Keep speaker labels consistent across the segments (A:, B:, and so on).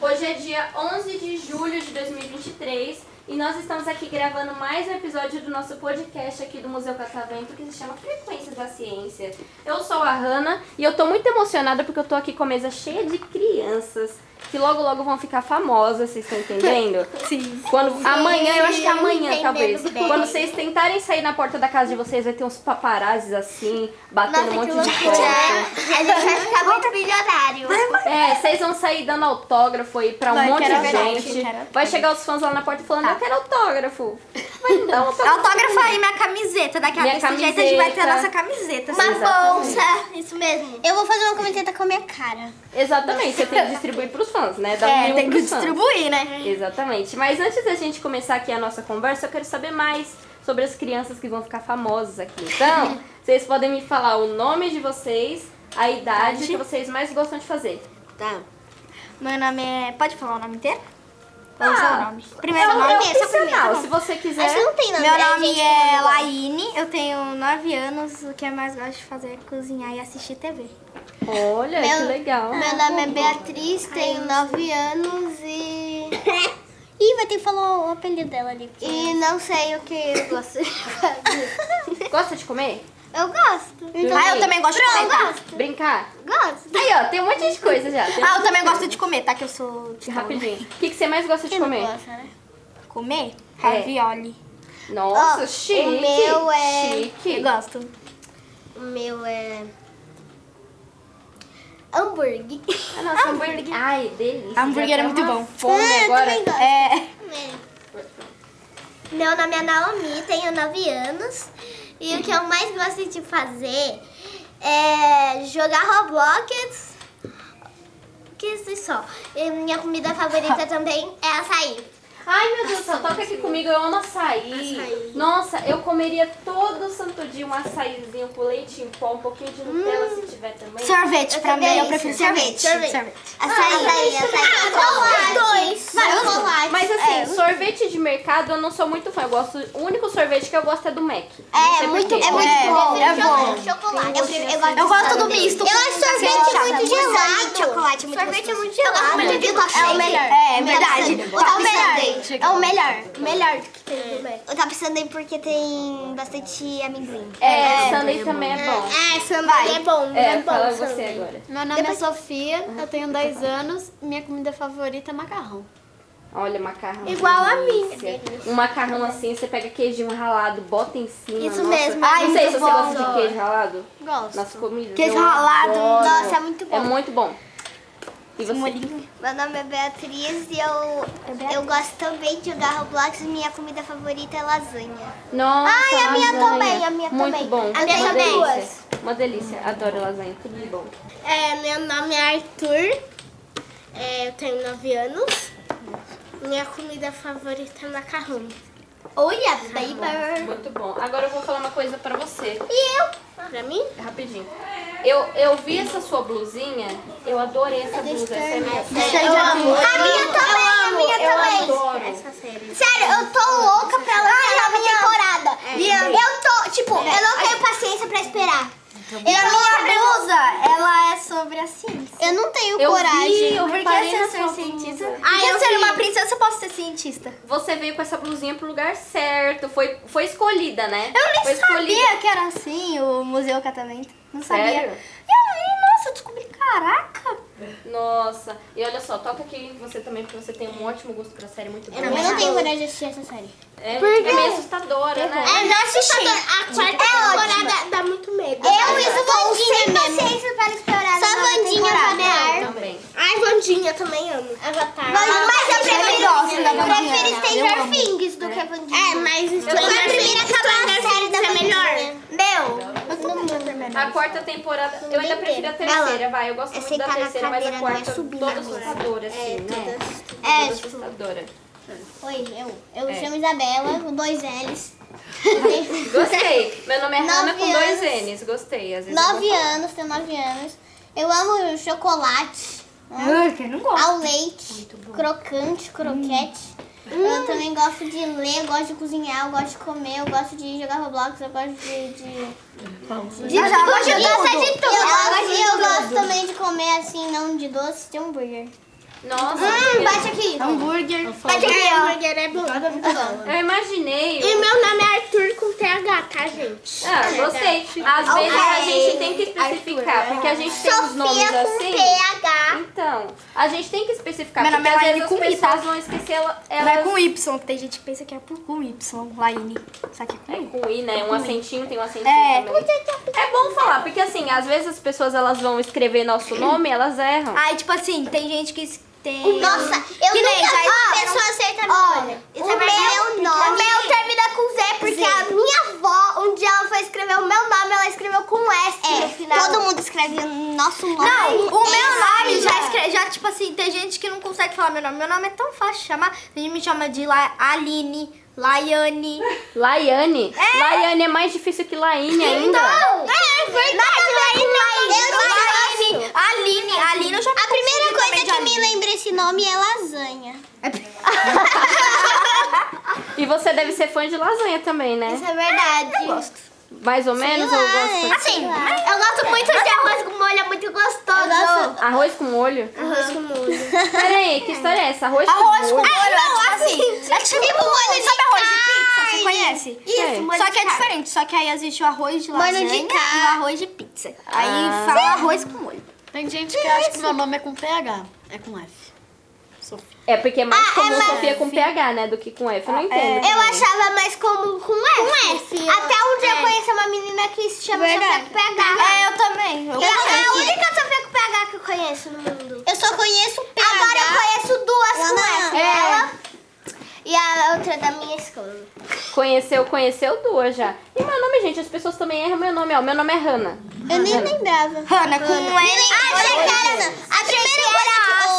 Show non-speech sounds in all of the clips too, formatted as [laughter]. A: Hoje é dia 11 de julho de 2023 e nós estamos aqui gravando mais um episódio do nosso podcast aqui do Museu Catavento que se chama Frequências da Ciência. Eu sou a Hanna e eu tô muito emocionada porque eu tô aqui com a mesa cheia de crianças que logo logo vão ficar famosas, vocês estão entendendo?
B: Sim.
A: Quando amanhã, eu acho que amanhã
C: entendendo
A: talvez,
C: bem.
A: quando vocês tentarem sair na porta da casa de vocês vai ter uns paparazzis assim, batendo um monte de foto.
C: A gente vai ficar muito milionário.
A: É, vocês vão sair dando autógrafo aí pra um
B: Vai,
A: monte
B: quero
A: de
B: autógrafo,
A: gente.
B: quero autógrafo.
A: Vai chegar os fãs lá na porta falando, eu quero autógrafo. Vai me dar um autógrafo.
B: Autógrafo aí minha camiseta. Daqui a
A: Minha
B: desse jeito a gente vai ter a
A: camiseta.
B: nossa camiseta. assim.
C: Uma
A: Exatamente.
C: bolsa. Isso mesmo. Eu vou fazer uma camiseta com a minha cara.
A: [laughs]
C: É,
A: Exatamente, você tem que distribuir pros fãs, né? Dá um mil
B: tem que
A: pros fãs.
B: distribuir, né?
A: Exatamente. Mas antes da gente começar aqui a nossa conversa, eu quero saber mais sobre as crianças que vão ficar famosas aqui. Então, [laughs] vocês podem me falar o nome de vocês, a idade que vocês mais gostam de fazer.
C: Tá.
B: Meu nome é. Pode falar o nome inteiro?
A: Ah,
B: Qual é o seu nome?
A: É,
B: Primeiro
A: o-
B: nome.
A: é
C: só o primeiro,
A: opcional,
C: tá bom.
A: se você quiser.
C: Acho que não tem nome.
B: Meu
C: né,
B: nome
C: gente?
B: é Laine, eu tenho 9 anos. O que eu mais gosto de fazer é cozinhar e assistir TV.
A: Olha,
C: Meu-
A: que legal.
C: Meu nome é Beatriz, tenho 9 anos e... [coughs] Ih, vai ter que falar o apelido dela ali. E não sei o que eu gosto de fazer.
A: Gosta de comer?
C: [laughs] Eu gosto.
A: Então-
B: ah, eu também gosto de comer, tá?
A: Brincar?
C: Gosto.
A: Aí, ó, tem um monte de coisa já. [laughs] Tem
B: Ah, eu também gosto de comer, tá? Que eu sou de
C: né?
A: Rapidinho. O que, que você mais gosta de
C: Quem não
A: comer?
C: gosta, né? É.
B: Comer? Ravioli.
A: Nossa,
C: Ó,
A: chique.
C: o meu é-
A: Chique.
B: Eu gosto.
C: O meu é... Hambúrguer.
A: Ah, nossa, hambúrguer. Ai, delícia.
B: Hambúrguer é
A: Dá
B: muito
A: uma
B: bom.
A: Fome
C: Ah, eu
A: agora.
C: também gosto.
B: É.
C: Meu nome é Naomi, tenho 9 anos e o que eu mais gosto de fazer é jogar Roblox. Que isso só. E minha comida [laughs] favorita também é açaí.
A: Ai, meu Deus, só toca aqui comigo, eu amo açaí.
C: Açaí.
A: Nossa, eu comeria todo santo dia um açaizinho com leite em pó, um pouquinho de Nutella
C: Hum.
A: se tiver também.
B: Sorvete, pra mim, eu
C: delícia.
B: prefiro sorvete.
C: Sorvete. Açaí, [laughs] açaí, açaí. dois. Chocolate.
A: Mas assim,
C: É,
A: sorvete de mercado eu não sou muito fã. Eu gosto, o único sorvete que eu gosto é do Mac. Não sei
C: É muito,
A: porquê.
C: é muito
B: É,
C: bom.
B: é bom.
C: Chocolate. Eu, prefiro-
B: Eu gosto do misto.
C: Eu acho sorvete muito gelado.
B: Chocolate muito
C: Sorvete é muito gelado.
B: Mas
C: de milkshake.
B: É o melhor. É, verdade.
C: O
B: Top
C: top sundae.
B: sundae.
C: É o melhor. Melhor do que tem do Mac. O top sundae porque tem bastante amendoim.
A: É, sundae também é bom.
C: É, sundae é bom.
A: É, fala você agora.
D: Meu nome é Sofia, eu tenho 10 anos, minha comida favorita é macarrão.
A: Olha, macarrão.
C: Igual a mim.
A: delícia. Um macarrão assim, você pega queijinho ralado, bota em cima.
C: Isso
A: nossa.
C: mesmo, é
A: Ai, não
C: muito
A: sei se você
C: bom.
A: gosta de queijo ralado.
D: Gosto.
A: Nas comidas.
B: Queijo
A: eu
B: ralado,
A: adoro.
C: nossa, é muito bom.
A: É muito bom. E você?
C: Meu nome é Beatriz e eu, eu gosto também de jogar Roblox. Minha comida favorita é lasanha.
A: Nossa,
C: Ai, a minha
A: lasanha.
C: também, a minha
A: muito
C: também.
A: bom.
C: A minha
A: Uma
C: também.
A: delícia. Uma delícia. Adoro lasanha, tudo de bom.
C: É, meu nome é Arthur, é, eu tenho 9 anos. Minha comida favorita é macarrão. Olha, baby!
A: Muito bom. Agora eu vou falar uma coisa pra você.
C: E eu? Pra mim?
A: Rapidinho. Eu, eu vi essa sua blusinha, eu adorei essa blusa. Essa é minha.
C: Eu amo. A minha também, a minha também.
A: Eu adoro.
C: Sério, eu tô louca pra lançar a nova temporada. E eu, eu tô, tipo, eu não tenho paciência pra esperar. Eu, minha blusa, ela é sobre a ciência. Eu não tenho
A: Eu
C: coragem.
A: vi, eu
B: Por que
A: reparei na
C: assim.
B: ser
A: sua blusa.
B: cientista?
C: Ah,
B: Por que
C: eu
B: ser
C: vi.
B: uma princesa, eu posso ser cientista.
A: Você veio com essa blusinha pro lugar certo, foi, foi escolhida, né?
B: Eu nem
A: foi
B: sabia que era assim o Museu Catamento. Não sabia.
A: Sério?
B: Eu vi, nossa, eu descobri, caraca.
A: Nossa, e olha só, toca aqui você também, porque você tem um ótimo gosto pra série, muito bom.
C: Eu não tenho coragem É de assistir essa série.
A: É,
C: Por quê? É
A: é meio assustadora, né?
C: não assisti. A quarta temporada dá muito medo. É Eu e Vandinha mesmo. paciência para explorar Só Vandinha Vanear.
A: Também.
C: Ai, Vandinha também amo. Avatar. mas eu prefiro,
B: gosto da Wandinha.
C: prefiro Stranger Things do que Vandinha. É, mas Stranger Foi a primeira acabou a série da é Vandinha. Meu. Eu tô muito
A: A quarta temporada, eu ainda prefiro a
C: Ela-
A: terceira, vai. Eu gosto
C: é
A: muito da
C: sentar na
A: terceira, mas a
C: cadeira, não é
A: quarta
C: subir
A: toda
C: na mesa.
A: assustadora, assim, né?
C: É,
A: Toda
C: tipo-
A: assustadora.
C: Oi, eu. Eu
A: É.
C: chamo Isabela, com
A: [laughs]
C: dois L's.
A: Gostei. Meu nome é Hanna
C: Nove
A: com dois
C: anos.
A: N's, gostei. Às vezes eu
C: Nove
A: vou falar.
C: anos, tenho nove anos. Eu amo chocolate.
B: Ah, quem não gosta?
C: ao leite, crocante, croquete. Eu também gosto de ler, eu gosto de cozinhar, eu gosto de comer, eu gosto de jogar Roblox, eu gosto de. de...
B: De eu gosto
C: Eu gosto de tudo. Eu, gosto, eu
B: tudo.
C: gosto também de comer assim, não de doce, de hambúrguer.
A: Nossa,
C: Hum,
A: eu-
C: bate aqui.
D: Hambúrguer.
C: Bate aqui, ó.
E: é bom.
A: eu imaginei.
E: E meu nome é Arthur com TH, tá, gente?
A: Ah, gostei. Às vezes a
C: Ok.
A: gente tem que especificar, porque a gente tem os nomes
C: Sofia com
A: assim.
C: PH.
A: Então, a gente tem que especificar,
B: Meu
A: porque
B: nome é
A: às
B: Laine
A: vezes as
B: com Y.
A: pessoas vão esquecer ela-
B: Não é
A: elas...
B: com Y, que tem gente que pensa que é por- com Y, Laine. Só que é com
A: É
B: Y.
A: com I, né? Um acentinho tem um acentinho
B: É.
A: também. É bom falar, porque assim, às vezes as pessoas elas vão escrever nosso nome elas erram.
B: Aí, tipo assim, tem gente que es- tem...
C: Nossa, eu nunca
B: Que nem, já é
C: vi uma
B: escreveram-
C: pessoa acertar
B: Ó,
C: meu
B: isso
C: nome.
B: é
C: O meu nome. é O meu termina com Z, porque a minha avó, um dia ela foi escrever o meu nome, ela escreveu com S no final. É, Todo mundo escreve o nosso nome.
B: Não, o meu nome já
C: é.
B: escreve, já tipo assim, tem gente que não consegue falar meu nome. Meu nome é tão fácil de chamar. A gente me chama de La Aline, Laiane.
A: Laiane? Laiane é mais difícil que Laine ainda.
C: É verdade,
B: Aline, Aline, Aline, eu já
C: A primeira coisa que me lembra esse nome é lasanha.
A: E você deve ser fã de lasanha também, né?
C: é verdade. Eu gosto.
A: Mais ou menos ou gosta?
C: Assim,
B: é
C: eu gosto muito de arroz com molho, é muito gostoso. Eu
A: Arroz com molho?
E: Arroz com molho.
A: Peraí, que história é essa? Arroz, com molho?
B: assim. É tipo,
C: tipo molho de
B: sabe arroz de pizza,
C: carne.
B: você conhece?
A: Sei.
C: Isso, molho
B: Só que
C: de
B: é diferente, só que aí existe o arroz de lasanha
C: de
B: e
C: carne. Ah.
B: o arroz de pizza. Aí fala arroz com molho.
D: Tem gente que acha que meu nome é com PH. É com F. Sofia.
A: É porque é mais
C: Ah, é
A: comum
C: mais- É.
A: Sofia com PH, né? Do que com F. Eu não
D: é
A: entendo. também.
C: Eu achava mais comum É, com S.
E: Com S, eu-
C: Até onde eu conheci uma menina que se chama Sofia
E: Verdade.
C: com PH.
B: É, eu também. Eu
C: Eu é a
B: conheço.
C: única Sofia com PH que eu conheço no mundo. Eu só conheço PH. Agora eu conheço duas com S. Ela e a outra da minha escola.
A: Conheceu, conheceu duas já. E meu nome, gente, as pessoas também erram meu nome. Ó, meu nome é Hanna.
C: Eu nem lembrava.
B: Hanna, com L.
C: Achei que era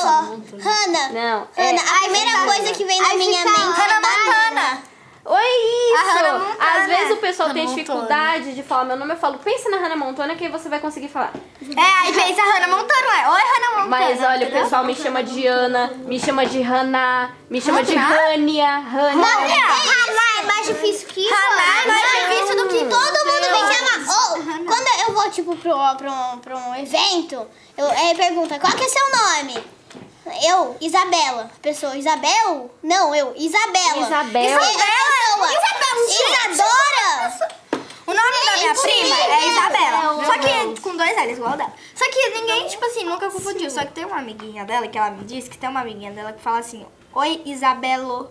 C: não. A primeira coisa que... Hanna.
A: Não. é-
C: Ana, a primeira coisa que vem na minha mente. é Hannah Montana.
A: Oi,
B: A Hannah
A: isso!
B: Montana.
A: Às vezes o pessoal
D: Hannah
A: tem
D: Montana.
A: dificuldade de falar meu nome. Eu falo, pensa na Hannah Montana que aí você vai conseguir falar.
B: É, aí pensa Hannah Montana, ué. Oi, Hannah Montana.
A: Mas olha, o
B: entendeu?
A: pessoal me chama de Ana, me chama de Haná, me chama de Rania,
C: Não,
A: Rania.
C: Haná é mais difícil que isso. Haná
B: é mais difícil
C: do que todo mundo me chama. Ou, quando eu vou, tipo, pra um, pra um, pra um evento, eu, aí pergunta, qual que é seu nome? Eu, Isabela. A Pessoa, Isabel? Não, eu, Isabela.
A: Isabel.
C: Isabela. É Isabela. Isadora.
B: O nome da minha
C: Sim,
B: prima
C: sim.
B: é Isabela.
D: Meu
B: Só que com dois L's, igual dela. Só que ninguém, tipo assim, nunca confundiu. Só que tem uma amiguinha dela, que ela me disse, que tem uma amiguinha dela que fala assim, Oi, Isabelo.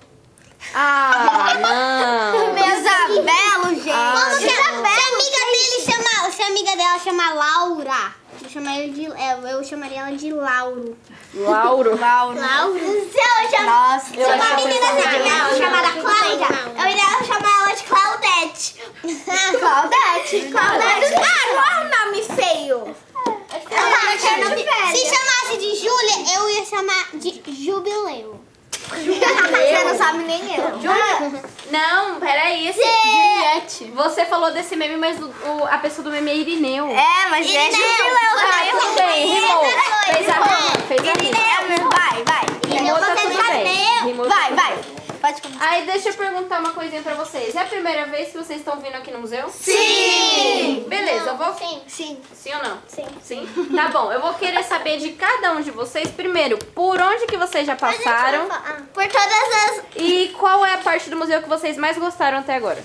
A: Ah, não.
B: Isabelo,
C: Como
B: gente.
C: que a, se a amiga dele chama, se a amiga dela chama Laura, eu chamaria, de, eu, eu chamaria ela de Lauro.
A: Lauro.
B: [laughs] Lauro.
C: Lauro? Se eu chamo,
B: Nossa.
C: Se uma menina assim, né?
B: assim.
A: que eu
C: da minha aula chamada Cláudia, eu iria chamar ela de Claudete. Ah, Claudete? Claudete. Ah, qual o nome feio? Se chamasse de Júlia, eu ia chamar de Jubileu. Você não sabe nem eu.
A: Não, peraí. esse-
D: Juliette.
A: Você falou desse meme, mas o- o- a pessoa do meme é Irineu.
B: É, mas é
C: Irineu.
B: Jubileu
A: Ah,
B: também.
A: tudo bem, rimou. Fez a rima, fez a rima.
B: Irineu, vai, vai.
A: Rimou, tá
C: você
A: tudo
C: sabe
A: bem.
C: mesmo.
A: Rimou, tá
B: Vai,
A: tudo
B: vai.
A: bem.
B: Pode começar.
A: Aí deixa eu perguntar uma coisinha pra vocês. É a primeira vez que vocês estão vindo aqui no museu?
C: Sim!
A: Beleza, eu vou.
C: Sim, sim.
A: Sim ou não?
C: Sim.
A: Sim? Tá bom, eu vou querer saber de cada um de vocês, primeiro, por onde que vocês já passaram
C: ah, Por todas as.
A: e qual é a parte do museu que vocês mais gostaram até agora?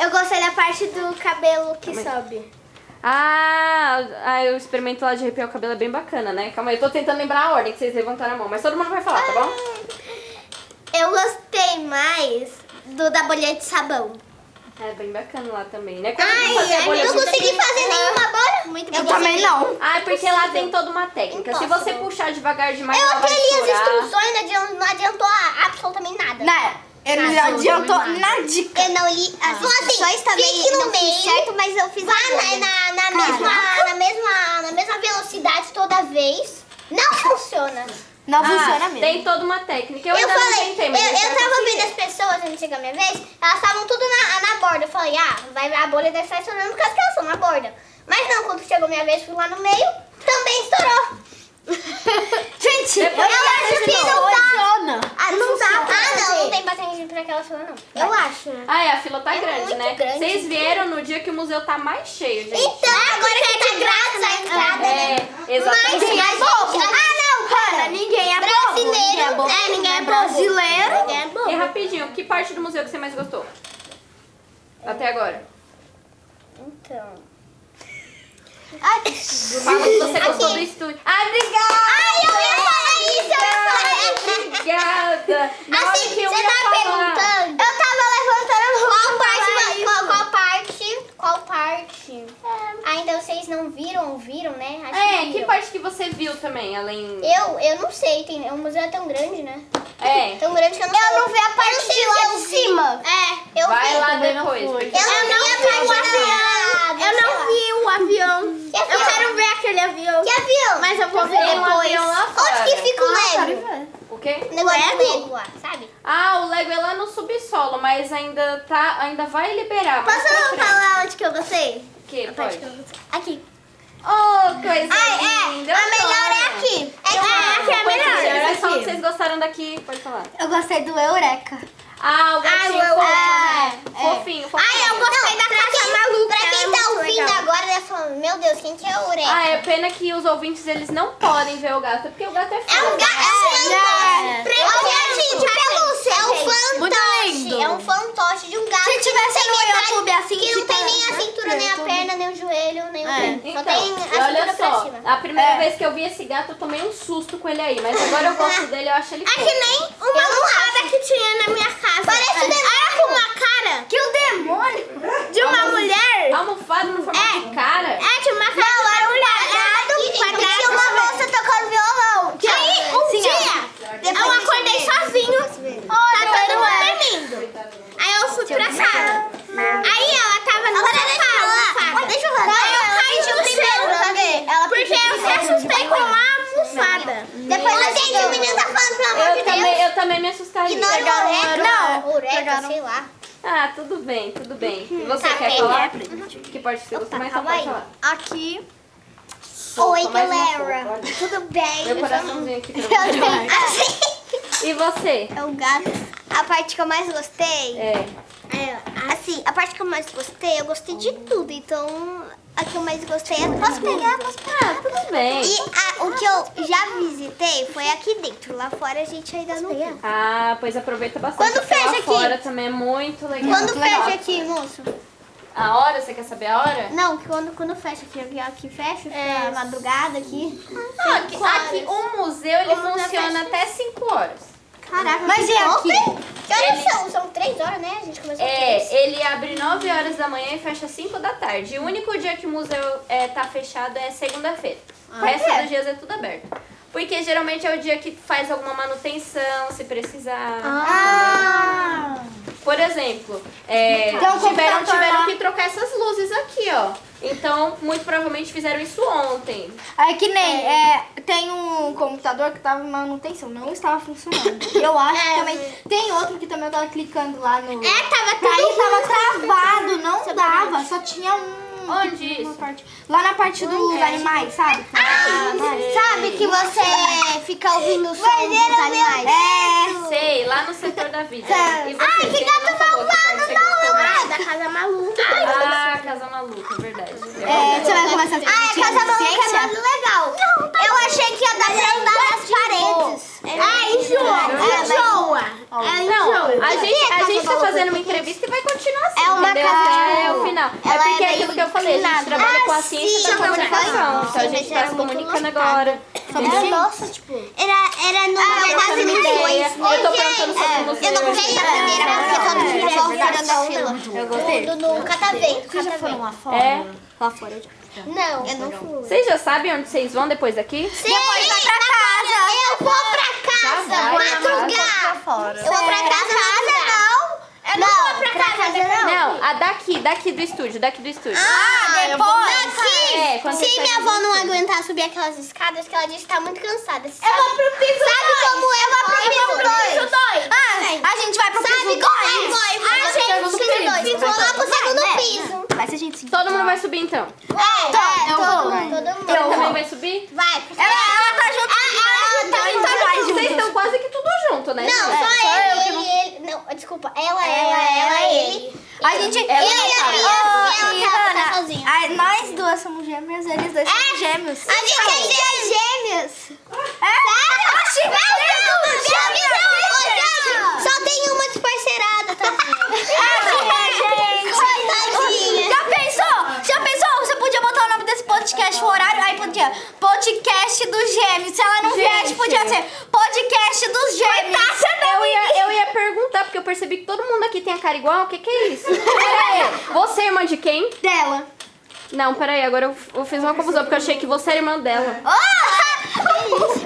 C: Eu gostei da parte do cabelo que sobe.
A: Ah, ah, eu experimento lá de arrepiar o cabelo, é bem bacana, né? Calma aí, eu tô tentando lembrar a ordem que vocês levantaram a mão, mas todo mundo vai falar, tá bom?
C: Eu gostei mais do da bolha de sabão.
A: É bem bacana lá também, né? Quando
C: Ai,
A: eu fazer a bolha
C: eu não
A: de-
C: consegui fazer nenhuma bolha. Muito
B: Eu também não.
A: Ah, porque lá tem toda uma técnica. Se você puxar devagar demais,
C: Eu
A: ela
C: até
A: vai
C: li as
A: estourar.
C: instruções, não adiantou, não adiantou absolutamente nada.
B: Né? Ele não adiantou na dica.
C: Eu não li
A: Ah,
C: as instruções também. Fique no meio. certo, mas eu fiz Vá na, na, na mesma, na, mesma, na mesma velocidade toda vez. Não funciona.
B: Não
A: Ah,
B: funciona mesmo.
A: Tem toda uma técnica. Eu,
C: Eu
A: ainda não
C: falei,
A: tentei,
C: eu,
A: mas eu
C: eu
A: quero
C: tava
A: conseguir.
C: vendo as pessoas quando chegou a minha vez, elas estavam tudo na, na borda. Eu falei, ah, vai, a bolha deve estar estourando por causa que elas estão na borda. Mas não, quando chegou a minha vez, fui lá no meio, também estourou.
B: Gente, eu
A: Depois
B: acho que não dá.
E: tá.
D: Jona!
B: Ah, não dá.
C: Ah, não, não tem paciência pra aquela fila, não.
B: Eu acho.
C: né?
A: Ah, é, a fila tá grande,
C: muito
A: né?
C: grande.
A: Vocês vieram no dia que o museu tá mais cheio, gente.
C: Então, agora que tá grátis a entrada, né?
A: é,
C: Mas
A: exatamente.
C: ninguém é bobo. Ah, não, Hannah.
B: Ninguém é
C: Brasileiro.
B: bobo,
C: É, ninguém é bobo.
B: brasileiro.
C: Ninguém é
A: E
C: bobo.
A: rapidinho, que parte do museu que você mais gostou? Até agora.
C: Então.
A: Fala que você gostou
C: Assim,
A: do estúdio. Ah, obrigada!
C: Ai, eu ia falar isso, eu ia falar
A: Obrigada! Na hora
C: Assim,
A: que
C: você
A: eu
C: tá
A: ia falar.
C: perguntando? Eu tava levantando qual parte, qual, qual parte, qual parte. Ah, então vocês não viram, viram, né? Acho
A: É, que
C: viram.
A: parte que você viu também, além...
C: Eu, eu não sei, tem, o museu é tão grande, né?
A: É,
C: Tão grande que eu não sei. Eu não vi a parte de lá de cima. É, eu vi.
A: vai lá
D: também não
A: depois.
D: fui.
A: porque-
C: Eu, não vi a parte de lá.
E: Eu não vi o avião.
C: Que avião?
E: Eu quero ver aquele avião.
C: Que avião?
E: Mas eu vou ver
A: Tem um avião
E: depois.
A: lá fora.
C: Onde que fica o Lego?
A: O quê?
C: O negócio do Lego lá, sabe?
A: Ah, o Lego é lá no subsolo, mas ainda tá, ainda vai liberar. mais pra frente.
C: falar onde que eu gostei?
A: O quê? Pode.
C: Aqui.
A: Oh, coisa
C: Ah,
A: linda. eu adoro.
C: aqui. É,
A: Aqui é a melhor.
D: Melhor
A: Vocês falam
D: aqui.
A: que vocês gostaram daqui, pode falar.
B: Eu gostei do Eureka.
A: Ah, o gatinho
C: eu-
A: fofo, né?
B: é, é.
A: fofinho, fofinho.
C: é, Ai, eu gostei da caixa maluca. Pra quem tá ouvindo
E: legal.
C: agora, deve falar, meu Deus, quem que é o Eureka?
A: Ah, é pena que os ouvintes eles não podem ver o gato, porque o gato é
C: É
A: fofo.
C: um gato é, branco. É um gatinho de pelúcia. É um
D: Muito
C: fantoche.
D: lindo.
C: É um fantoche de um gato
B: Se
C: que não
B: tivesse
C: tem
B: no
C: metade-
B: YouTube assim,
C: Que não
B: tipo,
C: tem nem a cintura, nem a perna, nem o joelho, nem o
B: É.
C: pé. Só
A: Então,
C: tem a
A: e olha
C: cintura pra
A: só,
C: cima.
A: a primeira
B: É.
A: vez que eu vi esse gato, eu tomei um susto com ele aí, mas agora eu gosto dele, eu acho ele fofo.
C: É nem uma almofada que tinha na minha casa. Parece um demônio. com uma cara. Que o demônio?
E: De uma mulher.
A: Almofada no formato de cara?
C: É, tinha uma cara Não, era um quadrado. quadrado tinha uma moça tocando violão. Aí, um dia, eu acordei sozinho. tá todo mundo dormindo. Aí eu fui pra sala. Aí ela tava no sofá. Deixa eu falar. Aí eu caí de um primeiro. Porque eu se assustei com uma almofada. Depois gente, o menino tá falando, pelo amor
A: Eu
C: de
A: também,
C: Deus. né? é?
A: eu também me assustaria.
C: Não, ureca, sei lá.
A: Ah, tudo bem, tudo bem. E você
C: Tá
A: quer
C: bem,
A: falar? Uhum.
C: né?
A: Que parte que você gostou mais? Então
C: Tá, calma
A: pode
C: aí.
A: falar.
B: Aqui.
C: Oi,
A: Só mais uma
C: galera.
A: fofa.
C: Tudo bem?
A: Meu coraçãozinho aqui. pra
C: [laughs] Eu
A: você.
C: tenho-
A: E você?
C: É o gato. A parte que eu mais gostei.
A: É.
C: É, assim, a parte que eu mais gostei, eu gostei de tudo. Então, a que eu mais gostei é. Posso pegar? Posso pegar?
A: Tudo bem.
C: E a- o que eu já visitei foi aqui dentro. Lá fora a gente ainda não viu.
A: Ah, pois aproveita bastante.
C: Quando
A: porque lá
C: fecha aqui?
A: fora também é muito legal.
C: Quando
A: Muito
C: fecha
A: legal.
C: aqui, moço?
A: A hora, você quer saber a hora?
C: Não, que quando, quando fecha aqui, aqui, aqui fecha, é. madrugada aqui.
A: Ah, aqui, aqui o museu ele
C: O museu
A: funciona
C: fecha.
A: até 5 horas.
C: Caraca,
B: Mas e aqui?
C: Que horas são? São três horas, né? A gente começou três.
A: É, ele abre 9 horas da manhã e fecha 5 da tarde. E o único dia que o museu é, tá fechado é segunda-feira. o resto dos dias é tudo aberto. Porque geralmente é o dia que faz alguma manutenção, se precisar.
C: Ah!
A: Por exemplo, é,
B: Então, como
A: tiveram,
B: tá
A: tiveram
B: lá?
A: que trocar essas luzes aqui, ó. Então, muito provavelmente fizeram isso ontem.
B: É que nem, é, tem um computador que tava em manutenção, não estava funcionando. Eu
E: É,
B: acho que também. Tem outro que também eu tava clicando lá no. Tá
C: É, tava
B: Aí tava travado, não dava, só tinha um.
A: Onde
B: tipo, uma
A: isso?
B: parte- lá na parte dos animais, sabe? Ah,
A: É.
B: animais.
C: Sabe que você fica ouvindo o som dos animais?
B: É.
A: Sei, lá no setor da vida.
C: Tá.
A: E você,
C: Ai, que
A: tem
C: gato
A: alguma coisa que você gostou mais?
E: Da casa maluca.
A: Ah, Casa Maluca, é verdade.
B: É, você vai começar a ter
C: Ah, é casa maluca é
B: deficiência?
C: muito legal. eu achei que ia dar pra andar nas paredes. Ah, enjoa. Enjoa.
A: Não, a gente, a
C: Casa
A: gente tá
C: Maluca?
A: fazendo uma entrevista e vai continuar assim.
C: É uma
A: entendeu?
C: casa
A: Até
C: maluca.
A: o final.
C: Ela
A: é porque
C: é
A: é aquilo que eu falei, a gente
C: inclinada.
A: trabalha com
C: Ah,
A: a ciência
C: sim,
A: da comunicação.
C: sim,
A: Então a gente
C: mas
A: tá
C: era
A: se
C: é muito
A: comunicando agora.
C: Nossa, tipo... Ah, Era, era no
A: eu tô
C: mercado
A: trocando
C: de
A: ideia.
C: milhões.
A: Eu tô perguntando sobre você.
C: é, Eu não peguei a primeira, porque todo mundo já furando a fila.
B: Eu gostei.
C: No, no catavento. Vocês já foram lá fora?
A: É.
B: Lá fora.
C: Não, eu não fui.
A: Vocês já sabem onde vocês vão depois daqui?
C: Depois vai pra casa. Eu vou pra casa.
A: Já vai,
C: madrugar. Eu vou pra casa. Não. Eu não, vou pra casa.
A: Não, a daqui, daqui do estúdio, daqui do estúdio.
C: Ah, depois.
A: É, quando
C: se
A: você
C: minha
A: sai do
C: avó não aguentar subir aquelas escadas, que ela disse que tá muito cansada. Sabe, eu vou pro piso Sabe como eu vou pro piso 2?
B: Ah, a gente vai pro
C: Sabe
B: piso
C: como é?
B: dois.
C: A gente, piso 2. Vou lá pro segundo piso.
B: Vai Mas se a gente se
A: Todo
C: tá.
A: mundo vai subir então.
C: É, é,
B: eu vou,
C: todo
B: vai.
C: mundo, todo mundo.
A: Você também vai subir? Então,
C: Vai.
B: Ela, ela tá junto
C: ela tá
B: comigo.
C: junto.
A: Vocês
B: Nós juntos.
A: estão quase que tudo junto, né?
C: Não,
A: gente?
C: só,
A: É,
C: eu,
A: que
C: ele
A: não-
C: e ele. Não, desculpa. Ela, ela, ela, ele. é
B: A gente.
A: Ela
C: Eu e a Bia,
B: Ô,
C: ela tá- tá
B: Ivana,
C: sozinha. É,
B: a- nós duas somos gêmeas, eles dois são gêmeos.
C: A gente é gêmeos.
B: É? Oxi, meu Deus!
C: então, um Gêmeos! Só tem uma desparcerada, tá, [laughs] tadinha.
B: É, gente!
C: Coitadinha.
B: Já pensou? Já pensou? Você podia botar o nome desse podcast, o horário, aí podia. Podcast dos gêmeos. Se ela não viesse,
C: tipo,
B: podia ser podcast dos gêmeos.
A: Eu ia, eu ia perguntar, porque eu percebi que todo mundo aqui tem a cara igual. O que, que é isso? Peraí, você é irmã de quem?
B: dela.
A: Não, peraí, agora eu, eu fiz uma confusão, porque eu achei que você era irmã dela.
B: É porque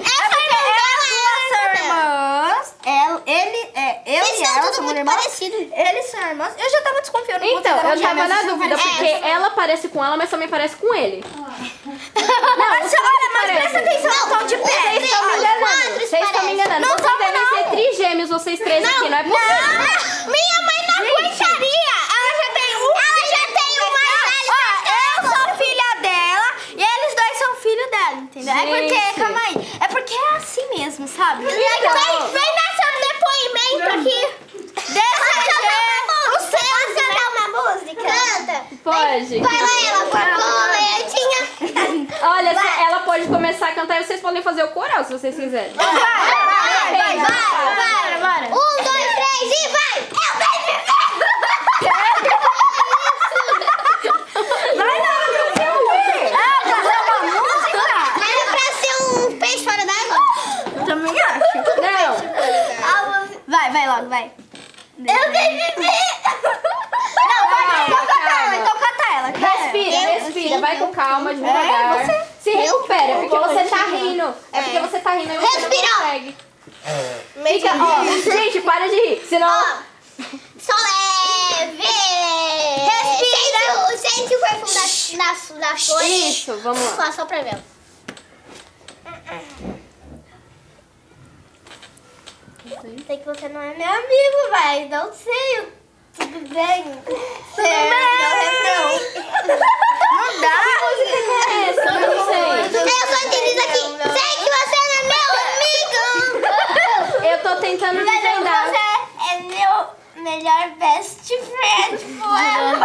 B: elas duas são irmãs. Ela, ele, é, eu
C: Eles
B: e
C: são
B: ela
C: tudo
B: somos
C: muito
B: irmãs.
C: parecidos.
B: Eles são irmãs. Eu já tava desconfiando. que
A: Então,
B: vocês
A: eu
B: eram
A: tava na
B: gêmeas,
A: dúvida,
B: vocês são
A: porque [laughs] ela parece com ela, mas também parece com ele.
B: Mas olha, mas
A: parece.
B: presta
C: Não,
B: atenção, não, estão de
C: os
B: pé.
C: três são
B: Olha,
A: Enganando,
C: melhores. quadros
A: Vocês estão me
C: parecem.
A: enganando.
B: Não
A: vocês
B: tamo,
A: devem
B: não.
A: ser trigêmeos, vocês três aqui, não é possível.
C: Minha mãe não aguentaria. Ela já tem um. Ela já tem um mais velho.
B: Ó, eu sou filha dela e eles dois são filho dela, entendeu? É
A: Gente.
B: porque, calma aí, é porque é assim mesmo, sabe?
C: Vem, vem dar seu depoimento aqui.
B: Desejar...
C: Você vai cantar uma música? Canta.
A: Pode.
C: Fala ela, por favor, Leandinha.
A: Olha, se- ela pode começar a cantar e vocês podem fazer o coral, se vocês quiserem.
C: Vai, vai, vai, vai. Um, dois, três e vai. Eu tenho que Era pra ser um peixe fora d'água?
B: Também acho.
A: Não,
B: Vai, vai logo, vai.
C: Eu tenho que
B: Não,
A: Calma,
B: vai, então canta ela, então canta ela. canta ela.
A: respira, respira, vai com calma, devagar. Se recupera, é porque você tá rindo. É porque você tá rindo e você não
C: Respira.
A: consegue. Fica, ó, gente, para de rir, senão...
C: Só leve. Respira. Sente, o- sente o perfume da, da, da flor.
A: Isso, vamos lá.
C: Só, só pra ver.
E: Sei que você não é meu amigo, vai. Não sei. Tudo bem? é Tudo bem.
B: Não dá.
A: É essa, eu não sei.
C: Eu sou a Denise aqui. Sei que você não é meu amigo.
A: Eu tô tentando desvendar.
E: Você é meu melhor best friend forever.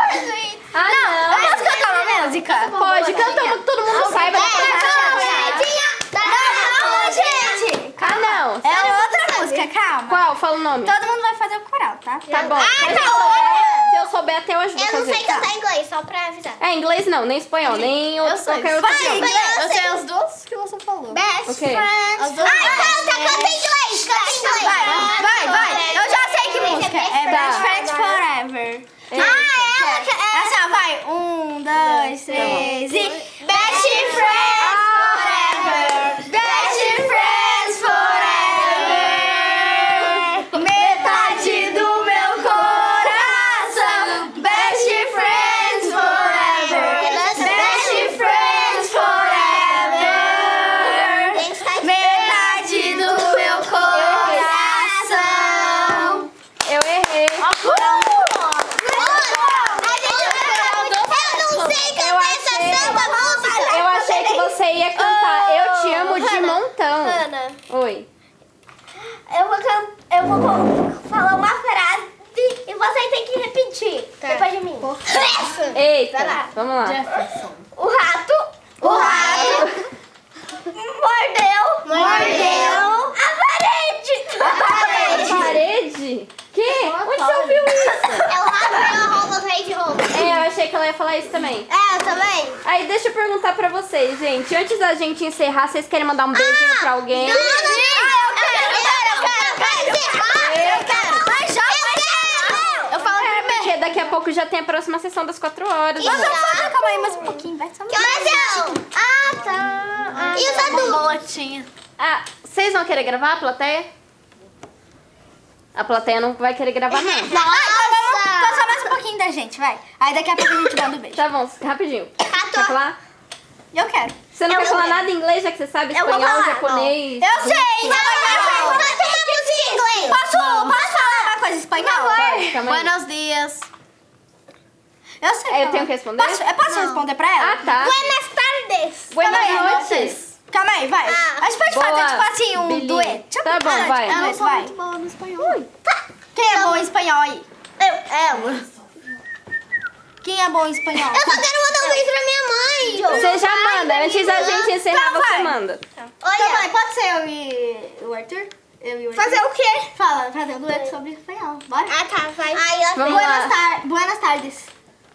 A: Ah, não.
B: Vamos cantar uma música?
A: Pode, canta uma que todo mundo saiba. depois eu falo.
B: Não, gente.
A: Ah, não.
B: É outra música, calma.
A: Qual? Fala o nome.
B: Todo mundo vai fazer o coral, tá?
A: Tá bom.
C: Ah,
A: Mas se eu
C: não.
A: souber- Se eu souber até eu ajudo a
C: Eu não
A: fazer.
C: sei
B: Tá.
C: cantar inglês, só pra avisar.
A: É, inglês não, nem espanhol, nem outro, qualquer outro idioma.
C: Eu sei
D: as duas que você falou.
C: Best
A: Ok.
C: friends. Ai, canta, canta em inglês, canta em inglês.
B: Vai, vai. Eu já sei que música. É Best
A: Tá.
B: Friends Forever.
A: É.
B: ela que é. Essa vai. Um, dois, três e. Best Friends Forever. Best Friends Forever. Metade do meu coração. Best Friends Forever. Best Friends Forever.
C: Gente, tá de
B: Metade do meu coração.
A: Eu errei. Eu achei-
C: A gente vai- Eu não sei cantar essa santa música.
A: Eu achei que você ia cantar Eu Te Amo de montão.
E: Ana.
A: Oi.
E: Eu vou, can... eu vou con- falar uma frase e vocês têm que repetir depois de mim.
A: Eita,
E: Vai lá.
A: vamos lá.
E: O rato. O rato. mordeu. Mordeu. A parede.
A: Parede? Que? Onde você ouviu isso?
C: É o rato, é a roupa, o rei de roupa.
A: É, eu achei que ela ia falar isso também.
C: É, eu também.
A: Aí deixa eu perguntar pra vocês, gente. Antes da gente encerrar, vocês querem mandar um
B: Ah!
A: beijinho pra alguém?
C: Ah, Não, não, não. Eu quero, eu quero, eu quero encerrar. Eu quero. Mas já vai
A: Eu falo é, porque daqui a pouco já tem a próxima sessão das 4 horas.
C: Isso.
B: Vamos falar, calma aí, mais um pouquinho. Vai só
C: Que horas é são? Ah, tá. E os adultos?
A: Ah, vocês vão querer gravar a plateia? A plateia não vai querer gravar,
C: né?
A: não.
C: tá
B: Então
C: Nossa.
B: só mais um pouquinho da gente, vai. Aí daqui a pouco a gente manda um beijo.
A: Tá bom, rapidinho. Quer
C: Catorze.
A: falar?
B: Eu quero.
A: Você não quer falar nada em inglês, já que você sabe
B: Eu vou
A: espanhol,
B: falar,
A: japonês?
B: Eu sei!
C: Não, canta uma música em inglês.
B: Posso, posso falar uma coisa em espanhol?
A: Vai, calma aí.
D: Buenos dias.
F: É,
B: Eu sei.
F: eu
B: falar.
F: tenho que responder?
B: Posso, eu posso responder pra ela?
F: Ah, tá.
C: Buenas tardes!
F: Buenas
B: Calma aí,
F: noites.
B: Calma aí, vai.
C: Ah,
B: a gente pode
F: boa,
B: fazer, tipo assim, um
F: Billy.
B: dueto. Deixa eu
F: Tá bom,
B: parar de
F: vai.
B: fazer
D: Eu não
B: isso,
D: sou
B: vai.
D: muito boa no espanhol.
B: Quem é bom em espanhol aí?
C: Eu, é, eu.
B: Quem é bom em espanhol?
C: Eu só quero mandar um beijo pra minha mãe!
F: Você já
C: né?
F: manda. Antes da gente encerrar,
B: Então
F: você
B: vai.
F: manda.
B: Então vai,
C: Olha,
B: pode ser eu e o Arthur? Eu e o Arthur.
C: fazer o quê?
B: Fala, fazer um dueto sobre espanhol. Bora?
C: Ah, tá, vai. Ai, eu
F: Vamos lá.
B: Buenas, tar buenas tardes.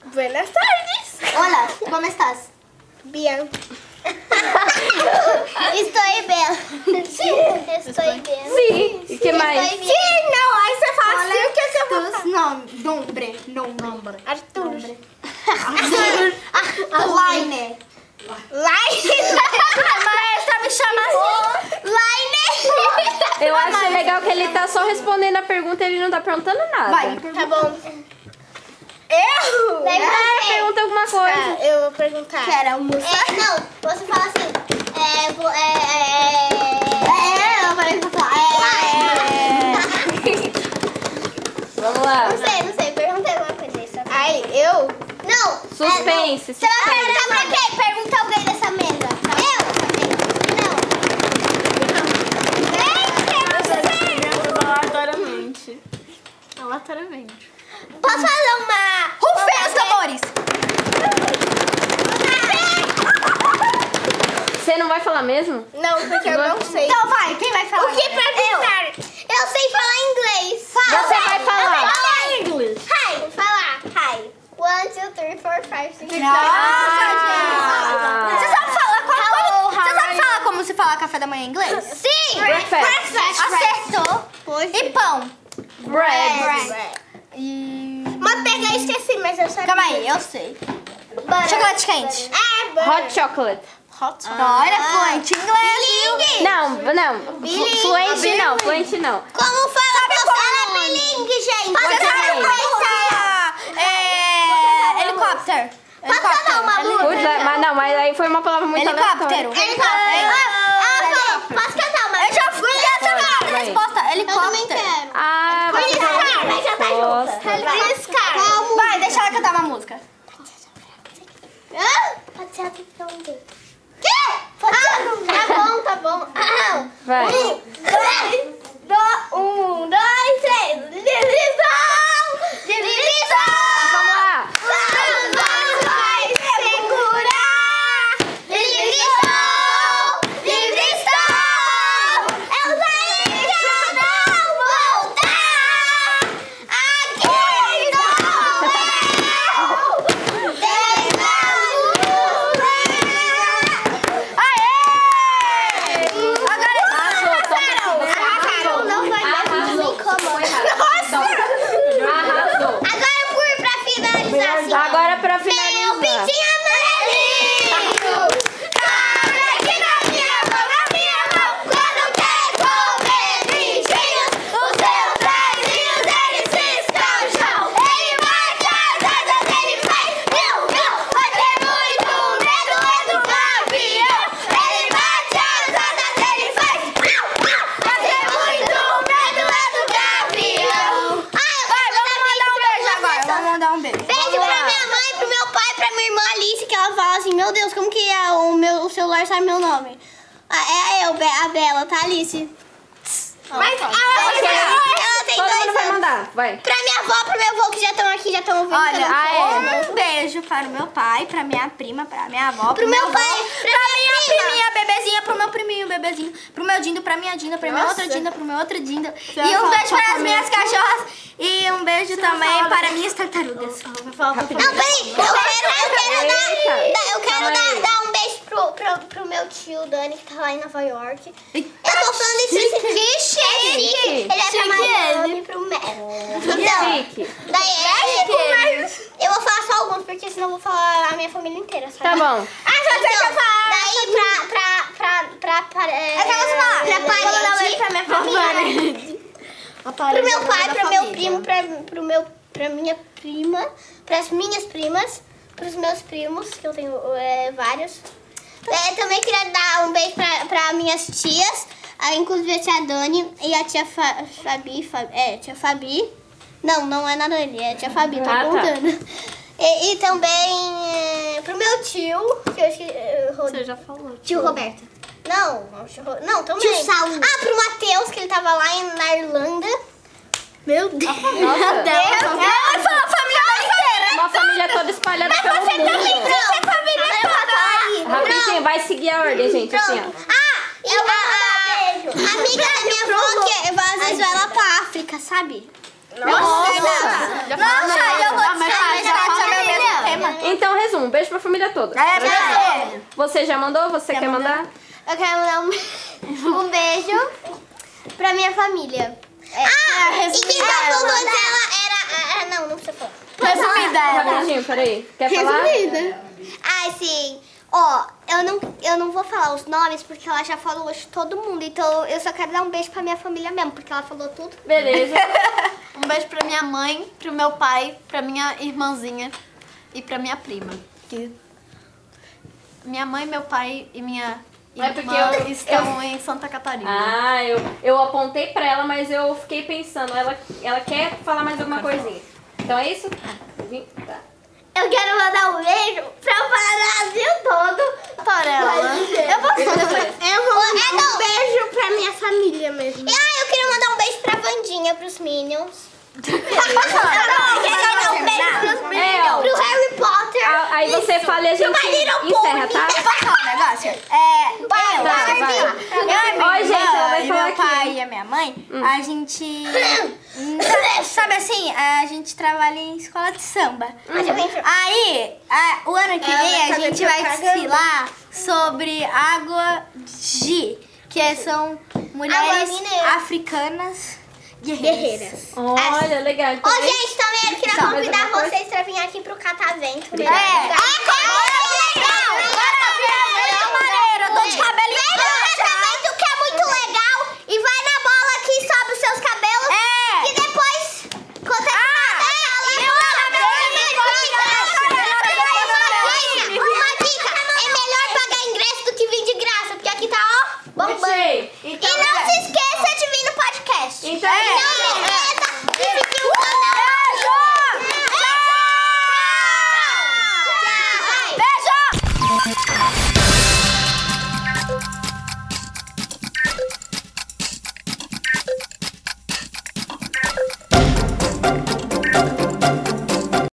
C: Buenas tardes!
B: Hola, como estás?
C: Bien. Estou bem. Estou bem.
F: Sim. E que mais?
C: Estou bem. Sim, não, aí você fala assim, o que que eu vou
B: Tus nom nombre, nom nombre.
C: Arthur. Tá
B: Laine.
C: Laine.
B: Maestra, me chama assim.
C: Laine.
F: Eu acho legal que ele tá só respondendo a pergunta e ele não tá perguntando nada.
B: Vai.
C: Tá bom. Eu? Daí
F: É,
C: você.
F: pergunta alguma coisa.
C: Ah, eu vou perguntar.
B: Quero almoçar.
C: É, não, você fala assim. É, vo- é, é, é.
B: É, ela vai falar.
F: Vamos lá.
C: Não sei, não sei, perguntei alguma coisa aí. Ai, eu? Não! é, não.
F: Suspense.
C: Você vai perguntar pra quem? Pergunta alguém dessa mesa. Eu? Não. Vem, eu não sei.
D: Aleatoriamente. Aleatoriamente.
C: Posso fazer uma.
B: Rufem os tambores.
F: Você não vai falar mesmo?
C: Não, porque eu não sei.
B: Então vai, quem vai falar?
C: O que perguntar? Eu sei falar inglês. Fala.
F: Você vai falar.
C: Fala inglês. Hi. Vou falar. Hi. One, two, three, four, five, six, seven.
B: Tá
F: Ah.
B: Você sabe falar como,
C: Hello,
B: como- você
C: how
B: sabe falar como se fala café da manhã em inglês?
C: Sim.
F: Breakfast.
B: Acertou. E pão.
A: É
F: Bread.
C: Uma pega É. eu esqueci, mas eu sabia.
B: Calma aí, eu sei.
C: Butter.
B: Chocolate quente.
C: É, butter.
F: Hot chocolate.
B: Hot
C: Ah.
B: Olha, fluente em inglês.
C: Bilingue.
F: Não, não.
C: Bilingue.
F: Fluente não, fluente não.
C: Como fala Sabe como
B: é
C: fala bilingue, gente?
B: Você sabe
C: é
F: também.
C: Ah.
B: como é, helicóptero.
C: Posso falar uma música?
B: Helicóptero.
F: Putz, mas não, mas aí foi uma palavra muito
B: Helicóptero.
F: aleatória.
C: Ah, falou. Posso cantar uma?
B: Eu já fui acertada a
F: Vai.
B: resposta.
C: Eu também
B: Helicóptero.
C: quero.
F: Ah, você
C: Beliscar. Vai cantar
F: Nossa.
C: junto. Beliscar. Calma.
B: Vai, deixa ela cantar uma música.
C: Hã? Pode ser a opção B. Quê? Pode ser ah, Tá bom, tá bom. Ah,
F: vai.
C: um, dois, do- um, dois, três. Divisão! Divisão!
F: Vamos lá.
C: Vamos, vamos, vai segurar! Divisão! Divisão! Eu sei que eu não voltar! Aqui não eu! Tentamos!
F: Arrasou, toma esse
C: Arrasaram, não foi um
F: Arrasou. Foi errado. Arrasou.
C: Agora por pra finalizar assim.
F: Agora pra
C: Meu
F: finalizar.
C: pintinho amarelinho! Para que na minha mão, na minha mão, quando quer comer pintinhos, os seus pezinhos, eles ciscam o chão. Ele morde as asas, ele faz miau, miau. Mas tem muito medo, é do gavião. Ele morde as asas, ele faz miau, miau. Mas tem muito medo, é do gavião. Ai, vamos mandar um beijo
B: Agora, vamos mandar um beijo.
C: Beijo pra minha mãe, pro meu pai, pra minha irmã Alice, que ela fala assim, meu Deus, como que é o meu o celular sabe meu nome? Ah, é eu, Be- a Bela, tá, Alice? Mas a Alice, ela tem
F: Todo mundo
C: dois
F: vai
C: anos.
F: mandar. Vai.
C: Pra minha avó, pro meu avô, que já estão aqui, já estão ouvindo.
B: Olha,
C: cada um.
F: Ah,
B: um beijo para o meu pai, para minha prima, para minha avó,
C: pro meu pai,
B: avô,
C: pra minha
B: pra
C: prima.
B: minha bebezinha, pro meu priminho, bebezinho, pro meu dindo, pra minha dinda, pra minha outra dinda, pro meu outro dinda. E um beijo para as minhas cachorras e um beijo também para minhas tartarugas.
C: Não, peraí, eu quero, eu quero dar,
F: Eita.
C: dar- eu
F: Calma
C: quero
F: aí.
C: dar, dar um beijo pro, pro, pro meu tio, Dani, que tá lá em Nova York. Eu tô falando isso, que chique. Ele é pra Miami, pro México. Então,
F: Chique.
C: Daí, é, eu vou falar só alguns, porque senão eu vou falar a minha família inteira. sabe?
F: Tá bom.
C: Ah, só então, você Daí, pra, pra, pra, pra, pra, é, pra parede, pra um minha família. Pro meu pai, pro meu primo, pra, pro meu, pra minha prima, pras minhas primas, pros meus primos, que eu tenho é, vários. É, também queria dar um beijo pra, pra minhas tias, a, inclusive a tia Dani e a tia Fa- Fabi, Fa- é, tia Fabi. Não, não é nada ali, é a tia Fabi, tô
F: Ah, tá.
C: contando. E, e também é, pro meu tio, que eu esqueci. eh, Ro-
G: Você já falou.
C: Tio Roberto. Não, não, tio Ro- não, também.
B: Tio Saulo.
C: Ah, pro Matheus, que ele tava lá em, na Irlanda.
B: Meu Deus.
A: Nossa,
B: Ela falou a família dela inteira.
A: uma família toda espalhada pelo
C: tá
A: mundo.
C: Não, família eu vou falar.
A: Rapidinho, vai seguir a ordem, gente, assim, ó.
C: Ah, e eu vou Ah, um a, a amiga da minha avó, que é- às vezes vai lá pra África, sabe? Ah,
G: Nossa, já falou.
B: Nossa, eu
G: mas
B: vou
C: tá,
B: descrever
G: já fala
B: sobre o mesmo tema.
A: Então, resumo. Beijo pra família toda.
B: É, mas é.
A: Você já mandou? Você quer mandar?
C: Eu quero mandar um, beijo pra minha família. ah, e quem tá falando dela era... Ah, não, não precisa falar.
B: Resumida ela.
A: Tá, Rapidinho, peraí. Quer falar?
C: Ah, sim. Ó, eu, não, eu não vou falar os nomes porque ela já falou hoje todo mundo. Então eu só quero dar um beijo pra minha família mesmo, porque ela falou tudo.
A: Beleza.
G: Um beijo pra minha mãe, pro meu pai, pra minha irmãzinha e pra minha prima. Que minha mãe, meu pai e minha irmã
A: É porque eu-
G: estão em Santa Catarina.
A: Ah, eu, eu apontei pra ela, mas eu fiquei pensando. Ela, ela quer falar mais alguma coisinha. Então é isso? Vim- Tá.
C: Eu quero mandar um beijo pra o Brasil todo. Torela. Eu vou Eu vou mandar um beijo pra minha família mesmo. Ah, eu queria mandar um beijo pra Vandinha, pros Minions. eu queria mandar um beijo pros
A: É, ó.
C: Minions. Pro Harry Potter.
A: Ah, Aí você fala e a gente
C: Little
A: encerra, tá?
B: Posso falar um negócio? É, eu,
A: vai,
B: Barbie,
A: vai.
B: eu e minha
A: Oi, gente, ela vai
B: irmã,
A: falar
B: e meu
A: aqui. Hum.
B: pai e a minha mãe, a gente... Sabe- Sabe assim, a gente trabalha em escola de samba. Aí, a- o ano que vem, a gente vai desfilar sobre água de... Que é- são mulheres
C: mineira.
B: africanas
C: Guerreiras.
B: guerreiras.
A: Olha, legal.
C: Ô,
A: Então, é
C: gente, também eu queria
A: Só mais
C: convidar
A: alguma coisa?
C: vocês pra vir aqui pro Catavento.
B: É, é, como é legal! É!
A: então, é.